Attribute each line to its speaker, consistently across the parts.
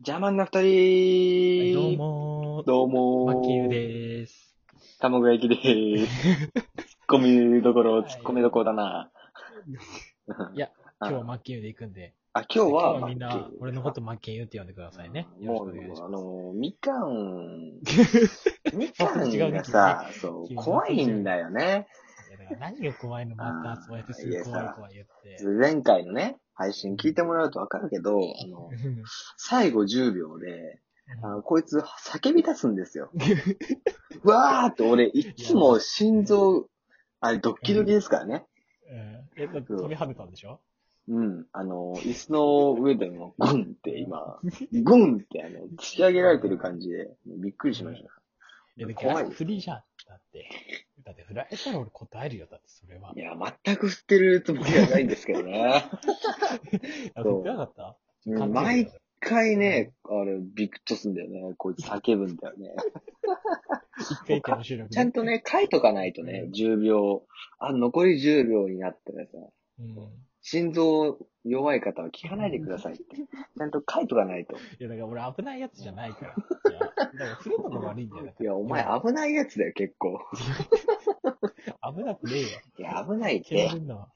Speaker 1: ジャーマンの二
Speaker 2: はい、
Speaker 1: 人、
Speaker 2: どうもー。
Speaker 1: どうも
Speaker 2: マ
Speaker 1: ー
Speaker 2: ッキングでーす。
Speaker 1: 卵焼きでーす。ツッコミどころ、
Speaker 2: はい
Speaker 1: ツッコミどころだな。
Speaker 2: いや、今日は
Speaker 1: あ、
Speaker 2: マッキングで行くんで。
Speaker 1: あ今日は、
Speaker 2: みん
Speaker 1: マッ
Speaker 2: な
Speaker 1: キー、
Speaker 2: 俺のことマッキングって呼んでくださいね。よろ
Speaker 1: も
Speaker 2: しくお
Speaker 1: う
Speaker 2: 願いし、
Speaker 1: あ
Speaker 2: ます。
Speaker 1: の、みか ん、みかんがさ、そう、
Speaker 2: 急に
Speaker 1: 怖いんだよね。
Speaker 2: いやだから何が怖いのまたそうやってす
Speaker 1: い
Speaker 2: ぐ
Speaker 1: やさ
Speaker 2: 怖い怖い言って。
Speaker 1: 前回のね、配信聞いてもらうとわかるけど、あの、最後10秒で、あのこいつ叫び出すんですよ。わーって俺、いつも心臓、あれ、ドッキドキですからね。
Speaker 2: うん。え、だって飛び跳ねたんでしょ
Speaker 1: うん。あの、椅子の上でも、ゴンって今、ゴンってあの、突き上げられてる感じで、びっくりしました。
Speaker 2: いや、だ
Speaker 1: 怖い
Speaker 2: 振りじゃん。だって。だって振られたら俺答えるよ。だってそれは。
Speaker 1: いや、全く振ってるつもりはないんですけど ね。
Speaker 2: あ振ってなかった
Speaker 1: うん
Speaker 2: 勘違い
Speaker 1: 毎
Speaker 2: だよ
Speaker 1: 回ね、あれ、ビクッとすんだよね。こいつ叫ぶんだよね。
Speaker 2: 一回一回の収録で
Speaker 1: ちゃんと。ね、書いとかないとね、10秒、あ、残り10秒になったらさ、
Speaker 2: うん。
Speaker 1: 心臓弱い方は聞かないでくださいって。ちゃんと書いとかないと。
Speaker 2: いや、だから俺危ないやつじゃない から。いや、だから振るのが悪いんだよ。だから
Speaker 1: いや、お前危ないやつだよ、結構。
Speaker 2: 危なくねえ よ。
Speaker 1: いや、危ないっ
Speaker 2: 決め
Speaker 1: て。
Speaker 2: るのは。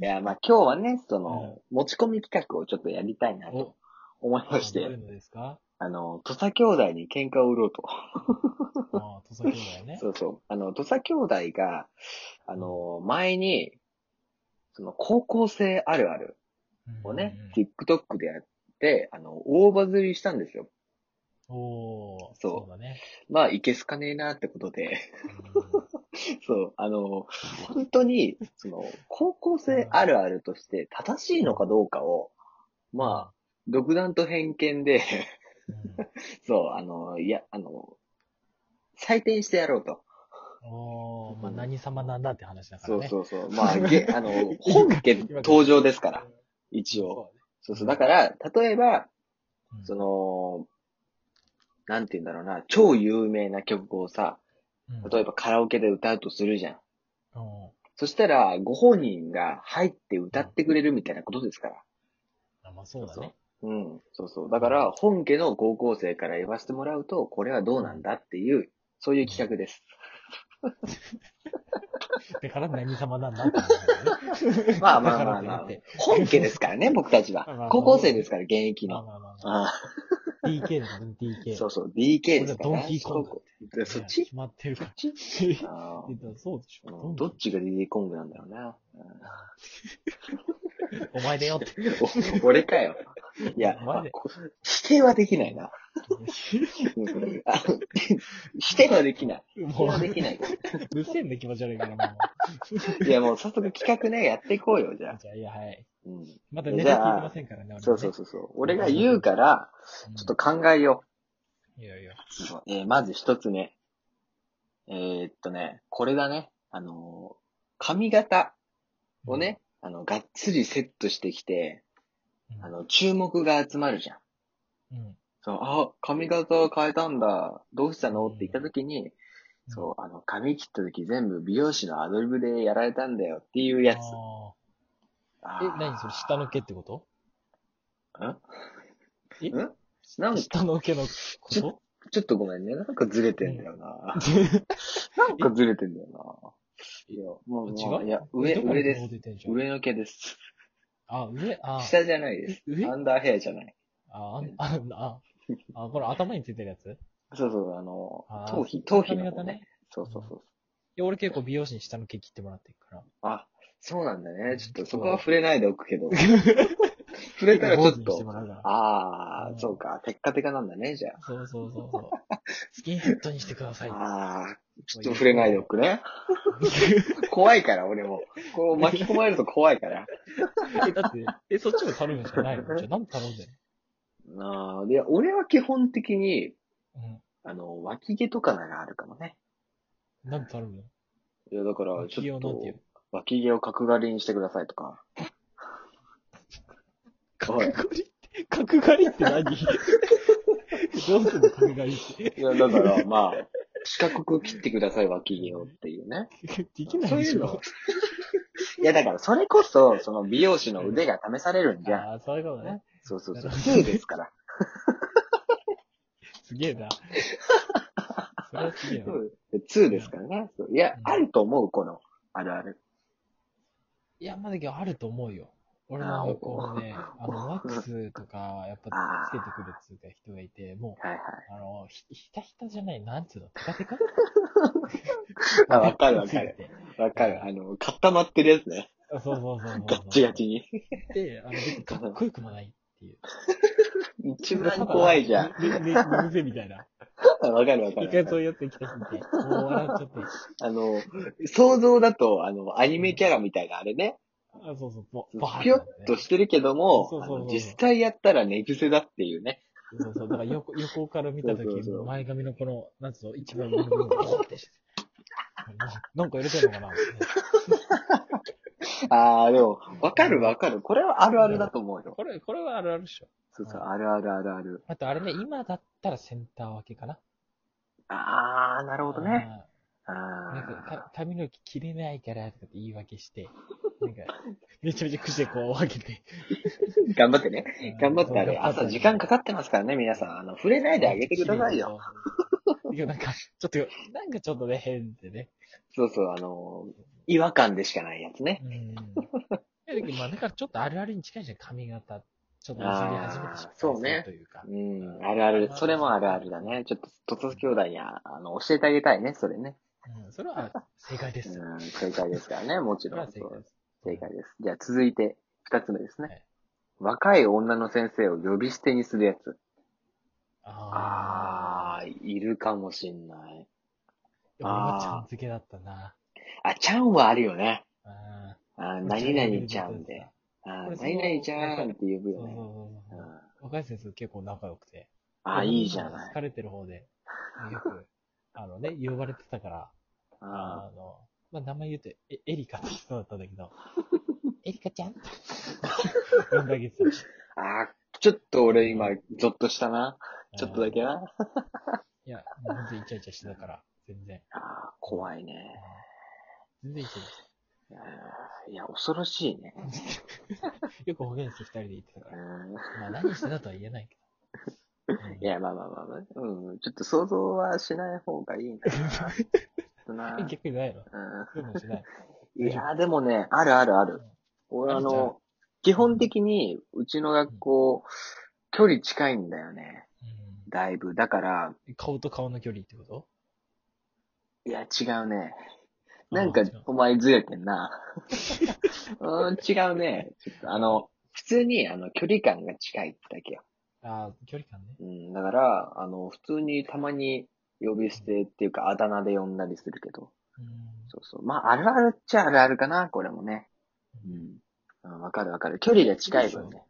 Speaker 1: いや、まあ今日はね、その、持ち込み企画をちょっとやりたいな
Speaker 2: うん、
Speaker 1: と思いまし
Speaker 2: どうい
Speaker 1: て
Speaker 2: う、のですか
Speaker 1: あの、土佐兄弟に喧嘩を売ろうと。
Speaker 2: ああ、土佐兄弟ね。
Speaker 1: そうそう。あの、土佐兄弟が、あの、前に、その、高校生あるあるをね、
Speaker 2: うん
Speaker 1: TikTok でやって、あの、大バズりしたんですよ。
Speaker 2: おー、
Speaker 1: そう
Speaker 2: そうだね。
Speaker 1: まあ、いけすかねえなってことで、
Speaker 2: う
Speaker 1: そう、あの、本当に、その、高校生あるあるとして正しいのかどうかを、まあ、独断と偏見で、
Speaker 2: ん
Speaker 1: そう、あの、いや、あの、採点してやろうと。
Speaker 2: うんおー、まあ何様なんだって話だから
Speaker 1: そう
Speaker 2: ね。う
Speaker 1: そうそう。ま あ、げあの、本家登場ですから、一応。そうそう。だから、例えば、
Speaker 2: うん。
Speaker 1: その、なんて言うんだろうな、超有名な曲をさ、
Speaker 2: うん、
Speaker 1: 例えばカラオケで歌うとするじゃん。
Speaker 2: うん
Speaker 1: そしたら、ご本人が入って歌ってくれるみたいなことですから。
Speaker 2: あまあそうだね。
Speaker 1: うん。そうそう。だから、本家の高校生から言わせてもらうと、これはどうなんだっていう、そういう企画です。
Speaker 2: だから何様なんだって話だよね。
Speaker 1: まあまあまあま
Speaker 2: だから
Speaker 1: あ
Speaker 2: って言って。
Speaker 1: 本家ですからね、僕たち
Speaker 2: まあま
Speaker 1: は
Speaker 2: あ。
Speaker 1: 高校生ですから、現役
Speaker 2: まあ
Speaker 1: の。
Speaker 2: まあまあまあ。
Speaker 1: あ
Speaker 2: DK だからね、DK。
Speaker 1: そううそう、DK で
Speaker 2: 俺
Speaker 1: す
Speaker 2: は
Speaker 1: から
Speaker 2: ド
Speaker 1: ね。
Speaker 2: ンキーコングだ
Speaker 1: そう
Speaker 2: って。
Speaker 1: でそっち
Speaker 2: 決まってるから。
Speaker 1: そっ
Speaker 2: え
Speaker 1: あ
Speaker 2: だからそうでし
Speaker 1: ー
Speaker 2: ょ。
Speaker 1: うんどっちが DD コングなんだろうな。
Speaker 2: お前だよって。
Speaker 1: お俺かよ。いや
Speaker 2: マジで、
Speaker 1: こ否定はできないな。あ否定はできない。否定
Speaker 2: も
Speaker 1: はで
Speaker 2: う、
Speaker 1: きない。
Speaker 2: 無線で気持ち悪いからもう。
Speaker 1: いや、もう早速企画ね、やっていこうよ、じゃあ。
Speaker 2: じゃあ、いや、はい。
Speaker 1: うん、
Speaker 2: まだネタ聞いてませんからね、
Speaker 1: そうそうそうそう。俺が言うから、
Speaker 2: う
Speaker 1: ちょっと考えよ
Speaker 2: いやいや。
Speaker 1: う。そうえーまず一つ目。えーっとね、これだね。あのー髪型をね、あの、がっつりセットしてきて、
Speaker 2: うん、
Speaker 1: あの、注目が集まるじゃん。
Speaker 2: うん、
Speaker 1: そう、あ、髪型を変えたんだ。どうしたのって言った時に、そう、あの、髪切った時全部美容師のアドリブでやられたんだよっていう
Speaker 2: うん。
Speaker 1: やつ。
Speaker 2: あ
Speaker 1: あ
Speaker 2: ーえ、何それ、下の毛ってことえ
Speaker 1: んんなんか、
Speaker 2: 下の毛のこ
Speaker 1: ちょっとごめんね。なんかずれてんだよな。 なんかずれてんだよな。いや、も
Speaker 2: と
Speaker 1: う、
Speaker 2: 違
Speaker 1: も
Speaker 2: う
Speaker 1: う
Speaker 2: い
Speaker 1: いや、上、上です。。
Speaker 2: 上。
Speaker 1: 上の毛です。
Speaker 2: あ、上あー、
Speaker 1: 下じゃないです。
Speaker 2: 上
Speaker 1: アンダーヘアじゃない。
Speaker 2: あ、あん、あ、あ、あ、これ頭についてるやつい
Speaker 1: そうそう、あの
Speaker 2: あ、ー
Speaker 1: 頭皮、頭皮
Speaker 2: 髪
Speaker 1: の
Speaker 2: 型
Speaker 1: 方ね
Speaker 2: ね。
Speaker 1: そうそうそう。
Speaker 2: や、俺結構美容師に下の毛切ってもらってるから。
Speaker 1: あ、そうなんだね。ちょっ
Speaker 2: う
Speaker 1: と
Speaker 2: ん
Speaker 1: そこは触れないでおくけ ど。触れたらちょっ
Speaker 2: 坊主にし
Speaker 1: と
Speaker 2: ても。らうから。
Speaker 1: ああ、
Speaker 2: うん
Speaker 1: そうか。テッカテカなんだね、じゃあ。
Speaker 2: そうそうそうそう。スキンヘッドにしてください。
Speaker 1: ああ、ちょっと触れないでおくね。 怖いから、俺も。こう巻き込まれると怖いから。
Speaker 2: え、だって、え、そっちも頼むんじゃないのじゃあ、なんで頼んでん
Speaker 1: ああ、で、俺は基本的に、
Speaker 2: の
Speaker 1: あの、脇毛とかならあるかもね。
Speaker 2: うん。なんで頼むの
Speaker 1: いや、だから、
Speaker 2: 企
Speaker 1: ちょ
Speaker 2: 業
Speaker 1: っ
Speaker 2: なん
Speaker 1: と
Speaker 2: ていう、
Speaker 1: 脇毛を角刈りにしてくださいと か。
Speaker 2: 角刈りって、角刈りって何 どうすんの角刈りって。
Speaker 1: いや、だから、まあ、四角く切ってください、脇毛をっていうね。
Speaker 2: できない
Speaker 1: そう
Speaker 2: で
Speaker 1: い
Speaker 2: し
Speaker 1: う
Speaker 2: ょ
Speaker 1: の。いや、だから、それこそ、その美容師の腕が試されるんじゃん。
Speaker 2: ああ、そういうことね。
Speaker 1: そうそうそう。性です から。
Speaker 2: すげえな。それはすげえな。
Speaker 1: 2ですからね。そういや、
Speaker 2: うん
Speaker 1: あると思う、この、あるある。
Speaker 2: いや、まだけどあると思うよ。俺
Speaker 1: あ
Speaker 2: の
Speaker 1: ー
Speaker 2: こうね、あの、ワックスとか、やっぱ
Speaker 1: あー
Speaker 2: つけてくるっつうか人がいて、も
Speaker 1: はいはい。
Speaker 2: う、あの、ひひたひたじゃない、なんつうの、テカテカ
Speaker 1: あわかるわかる。
Speaker 2: ついて
Speaker 1: わかる。あの、固まってるやつね。
Speaker 2: そうそうそうそうそう。
Speaker 1: ガッチガチに。
Speaker 2: で、あの、別にかっこよくもないっていう。
Speaker 1: 一番怖いじゃん。
Speaker 2: ね、ね、ね、ぜみたいな。
Speaker 1: わかるわか
Speaker 2: 一回そう
Speaker 1: る。
Speaker 2: いうやつ来たしみて、もう笑っちゃって。
Speaker 1: あの、想像だと、あの、アニメキャラみたいなあれね。
Speaker 2: あ、そうそう、ぼバー
Speaker 1: ぴょっとしてるけども
Speaker 2: そう、
Speaker 1: あ
Speaker 2: そうそう
Speaker 1: の実際やったら寝癖だっていうね。
Speaker 2: そうそう、だから横横から見た
Speaker 1: そ
Speaker 2: と
Speaker 1: う
Speaker 2: き
Speaker 1: そうそ、う
Speaker 2: 前髪のこの、なんつうの、一番上の部分が ポンってして。なんか入れてるのかな
Speaker 1: ああ、でも、わかるわかる。これはあるあるだと思うよ。
Speaker 2: これ、これはあるあるでしょ。
Speaker 1: そうそう、あるあるあるある。
Speaker 2: あとあれね、今だったらセンター分けかな。
Speaker 1: ああ、なるほどね。
Speaker 2: あ
Speaker 1: あ
Speaker 2: ー。なんか
Speaker 1: あ
Speaker 2: か髪の毛切れないからとかって言い訳して、なんか、めちゃめちゃくでこう分けて。
Speaker 1: ー。頑張ってね。頑張ってあれ。
Speaker 2: そう
Speaker 1: 朝時間かかってますからね、皆さん。あの、触れないであげてくださいよ。。
Speaker 2: いや、なんか、ちょっと、なんかちょっとね、変でね。
Speaker 1: そうそう、あの、違和感でしかないやつね。
Speaker 2: うん。いやだけどまあ、だからちょっとあるあるに近いじゃん、髪型。ちょっと結び始めてしま
Speaker 1: そうね
Speaker 2: というか。
Speaker 1: うん、あるある。それもあるあるだね。ちょっと、とつ兄弟にああの教えてあげたいね、それね。
Speaker 2: うん、それは正解です。
Speaker 1: うん、正解ですから ね、もち
Speaker 2: それ
Speaker 1: ろ
Speaker 2: は
Speaker 1: ん。
Speaker 2: 正
Speaker 1: そ
Speaker 2: 解
Speaker 1: う
Speaker 2: です。
Speaker 1: 正解です。じゃあ続いて、二つ目ですね。
Speaker 2: はい
Speaker 1: 若い女の先生を呼び捨てにするやつ。
Speaker 2: ああ。
Speaker 1: ああ、いるかもしんない。
Speaker 2: 俺はちゃん付けだったな。
Speaker 1: あ、ちゃんはあるよね。
Speaker 2: あ
Speaker 1: あ
Speaker 2: あ
Speaker 1: ー何々ちゃんで。。あ
Speaker 2: こ
Speaker 1: ー
Speaker 2: れその
Speaker 1: 何々ちゃんって呼ぶよ
Speaker 2: そうそう
Speaker 1: ね。
Speaker 2: そう
Speaker 1: う
Speaker 2: そ
Speaker 1: ん
Speaker 2: う。若い先生結構仲良くて。
Speaker 1: あー、いいじゃない
Speaker 2: 好。かれてる方で、よく、あのね、呼ばれてたから、
Speaker 1: あ
Speaker 2: あの、まあ、名前言うと、え、エリカって人だったんだけ ど、エリカちゃんって 呼んであげてた。
Speaker 1: ーあー、ちょっと俺今、ゾッとしたな。ちょっとだけ
Speaker 2: うん
Speaker 1: な。
Speaker 2: いや、もう本当にイチャイチャしてたから、全然。
Speaker 1: ああ、怖いね。
Speaker 2: 全然イチャイチャしてた
Speaker 1: あーいや、恐ろしいね。
Speaker 2: よく保健室二人で行ってたか
Speaker 1: う
Speaker 2: ら。
Speaker 1: ん
Speaker 2: まあ何してたとは言えないけど。
Speaker 1: いや、まあまあまあまあ、うん、ちょっと想像はしない方がいいな。ちょっとな
Speaker 2: うん逆にないの
Speaker 1: う
Speaker 2: そうもしない。
Speaker 1: ん、いや、でもね、あるあるある。俺、あ
Speaker 2: あるじゃん
Speaker 1: の、基本的に、うちの学校、距離近いんだよね。だいぶ。だから、
Speaker 2: うん顔と顔の距離ってこと
Speaker 1: いや、違うね。なんか
Speaker 2: あ違う、
Speaker 1: お前ずれてん な。うん、違うね。ちょっとあの、普通に、あの、距離感が近いってだけよ。
Speaker 2: ああ、距離感ね。
Speaker 1: うん、だから、あの、普通にたまに呼び捨てっていうか、あだ名で呼んだりするけど。
Speaker 2: う
Speaker 1: そうそう。まあ、あるあるっちゃあるあるかな、これもね。
Speaker 2: ん。
Speaker 1: うん。わかるわかる。距離が近い分ね。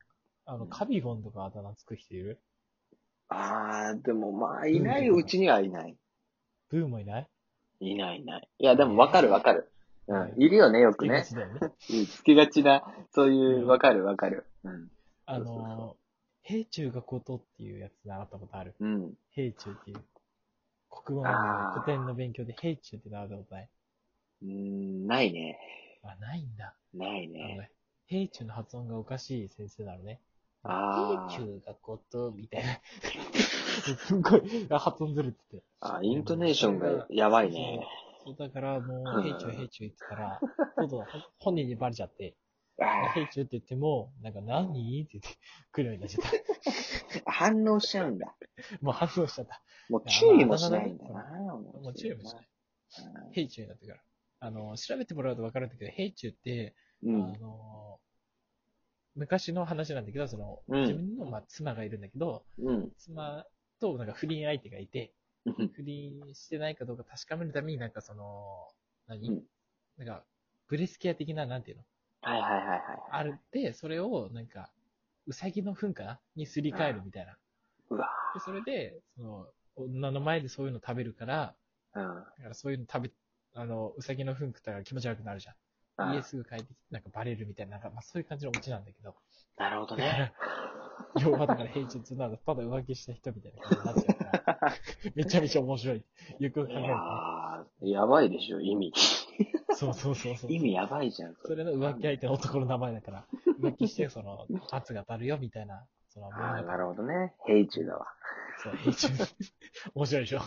Speaker 2: あ
Speaker 1: う
Speaker 2: の、
Speaker 1: ん
Speaker 2: カビゴンとかあだ名つく人いる
Speaker 1: あー、でもまあ、いないうちにはいない。
Speaker 2: ブーもいない
Speaker 1: いないいない。いや、でもわかるわかる。うん。いるよね、よくね
Speaker 2: つ。け口だよね。
Speaker 1: うんつけがちな、そういうう、
Speaker 2: ん
Speaker 1: わかるわかる。うん。
Speaker 2: あ
Speaker 1: そうそう
Speaker 2: の、平中がことっていうやつ習ったことある。
Speaker 1: うん。
Speaker 2: 平中っていう。国語の
Speaker 1: あー
Speaker 2: 古典の勉強で平中って習ったことない。
Speaker 1: うん、ないね。
Speaker 2: あ、ないんだ。
Speaker 1: ない
Speaker 2: あの
Speaker 1: ね。
Speaker 2: ね、平中の発音がおかしい先生なのね。
Speaker 1: あー
Speaker 2: 平中がこと、みたいな。すっごい、発音ずるってて。
Speaker 1: あ、イントネーションがやばいね。
Speaker 2: そうだからもう、平中平中言ってたら、そうそう、本人にバレちゃって、
Speaker 1: あ
Speaker 2: 平中って言っても、なんか何って言って、来るようになっちゃっ
Speaker 1: ー反応しちゃうんだ。
Speaker 2: た。もう反応しちゃった。
Speaker 1: もう注意もしないんだな。。
Speaker 2: もう注意もしないい。平中になってから。あの、調べてもらうと分かるんだけど、平中って、
Speaker 1: う
Speaker 2: あ
Speaker 1: ん。
Speaker 2: の、昔の話なんだけど、その、
Speaker 1: うん
Speaker 2: 自分の、まあ、妻がいるんだけど、
Speaker 1: うん。
Speaker 2: 妻となんか不倫相手がいて、
Speaker 1: うん
Speaker 2: 不倫してないかどうか確かめるために、なんかその、何、
Speaker 1: うん
Speaker 2: なんか、ブレスケア的な、なんていうの
Speaker 1: はいはいはいはい。
Speaker 2: あるで、それを、なんか、ウサギの糞かなにすり替えるみたいな。
Speaker 1: うわ
Speaker 2: で、それで、その、女の前でそういうの食べるから、
Speaker 1: うん。
Speaker 2: だからそういうの食べ、あの、ウサギの糞食ったら気持ち悪くなるじゃん。家すぐ帰ってきて、なんかバレるみたいな、なんか、まあそういう感じのオチなんだけど。
Speaker 1: なるほど
Speaker 2: だか
Speaker 1: ね。
Speaker 2: ら、要はだから平日なんだ、ただ浮気した人みたいな感じになっちゃうから、めちゃめちゃ面白い。よくよ く
Speaker 1: い
Speaker 2: 考える
Speaker 1: やー、やばいでしょ、意味。
Speaker 2: と。そうそうそうそう。
Speaker 1: 意味やばいじゃん。
Speaker 2: それの浮気相手の男の名前だから、浮気してその罰が当たるよみたいな、その
Speaker 1: ああ、な
Speaker 2: る
Speaker 1: るほどね。ヘイチュウだわ。
Speaker 2: そう、編集。面白いでしょ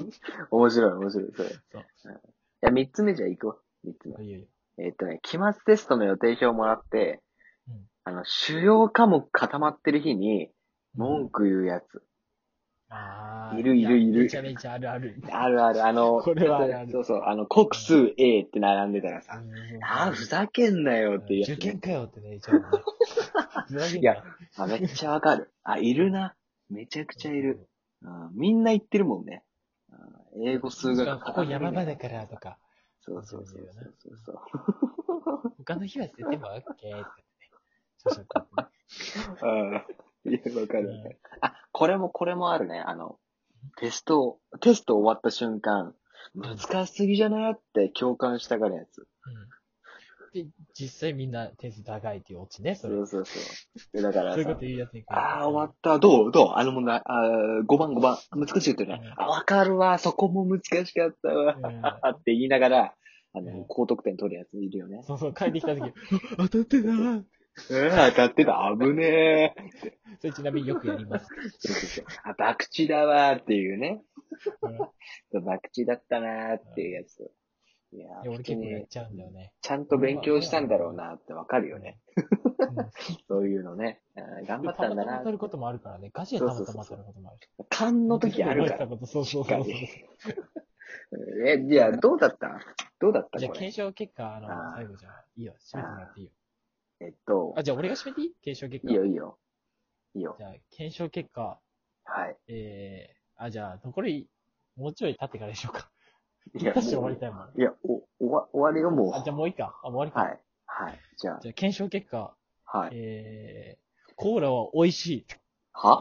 Speaker 1: 面白い、面白い、それ。
Speaker 2: そう
Speaker 1: うん。いや、三つ目じゃあ行こう。三つ目。
Speaker 2: いやいや。
Speaker 1: えっとね、期末テストの予定表をもらって、
Speaker 2: うん
Speaker 1: あの、主要科目固まってる日に、文句言うやつ。
Speaker 2: ああ。
Speaker 1: いるいるいる
Speaker 2: めちゃめちゃあるある。
Speaker 1: あるある、あの、
Speaker 2: これはあるある
Speaker 1: そうそう、あの、国数 A って並んでたらさ、あ
Speaker 2: あ
Speaker 1: ー、ふざけんなよっていうやつ、
Speaker 2: 受
Speaker 1: ね。
Speaker 2: 験かよってね、一応ね。ふざけん
Speaker 1: い
Speaker 2: な
Speaker 1: やあ、めっちゃわかる。あ、いるな。めちゃくちゃいる。。うん、みんな言ってるもんね。うん英語、数学、
Speaker 2: ここ山場
Speaker 1: で
Speaker 2: だからとか、
Speaker 1: そうそうそうそうそうそう。
Speaker 2: 他の日は捨てても OK ってね。そうそうこうね
Speaker 1: うん。いや、わかるわかる。あ、これも、これもあるね。あの、テスト、テスト終わった瞬間、難しすぎじゃないって共感したがるやつ。
Speaker 2: うんで、実際みんな点数高いっていうオチね、そ
Speaker 1: そ
Speaker 2: れ。
Speaker 1: うそうそう。でだか
Speaker 2: そ
Speaker 1: ら
Speaker 2: ういうこ
Speaker 1: さ
Speaker 2: と、言うやつに。
Speaker 1: ああ、終わった。どうどうあの問題。あー5番5番。難しいってね。あ、わかるわ。そこも難しかったわ。
Speaker 2: う
Speaker 1: って言いながら、あ
Speaker 2: う
Speaker 1: の、
Speaker 2: ん
Speaker 1: 高得点取るやついるよね
Speaker 2: ん。。そうそう、帰ってきた時、 あ当たってたー
Speaker 1: うん、当たってた。危ねえ。
Speaker 2: それちなみによくやります。
Speaker 1: そうそうそう。あ、博打だわーっていうね。
Speaker 2: うん
Speaker 1: 博打だったなーっていうやつ。いや
Speaker 2: いや
Speaker 1: ー、
Speaker 2: 俺
Speaker 1: 普通
Speaker 2: 結構やっ
Speaker 1: に、
Speaker 2: ちゃうんだよね。
Speaker 1: ちゃんと勉強したんだろうなってわかるよね。
Speaker 2: うん
Speaker 1: そういうのね。うん頑張った
Speaker 2: た
Speaker 1: んだ
Speaker 2: またま
Speaker 1: な
Speaker 2: 当たることもあるからね。ガチでたまたま当たることもあるし。
Speaker 1: 勘の時ある から。
Speaker 2: そうそうそうそう。じ
Speaker 1: え、じゃあ、どうだったどうだった
Speaker 2: ゃあ、
Speaker 1: これ
Speaker 2: 検。証結果、あの
Speaker 1: あー、
Speaker 2: 最後じゃあ、いいよ。締めてもらっていいよ。
Speaker 1: えっと
Speaker 2: あ、、じゃあ、俺が締めていい検証結果。
Speaker 1: いいよいいよ。いいよ
Speaker 2: じ。ゃあ、検証結果、
Speaker 1: はい。
Speaker 2: えー、あ、じゃあ、残り、もうちょい経ってからでしょうか。
Speaker 1: い
Speaker 2: 確か終
Speaker 1: も
Speaker 2: わ
Speaker 1: う
Speaker 2: りたいもん。
Speaker 1: いや、お、終わ、終わりよ、もう。
Speaker 2: あ、じゃあもういいか。あ、終わりか。
Speaker 1: はい。はい。じゃ
Speaker 2: じゃあ、検証結果、
Speaker 1: あ、はい。
Speaker 2: えー、コーラは美味しい。
Speaker 1: は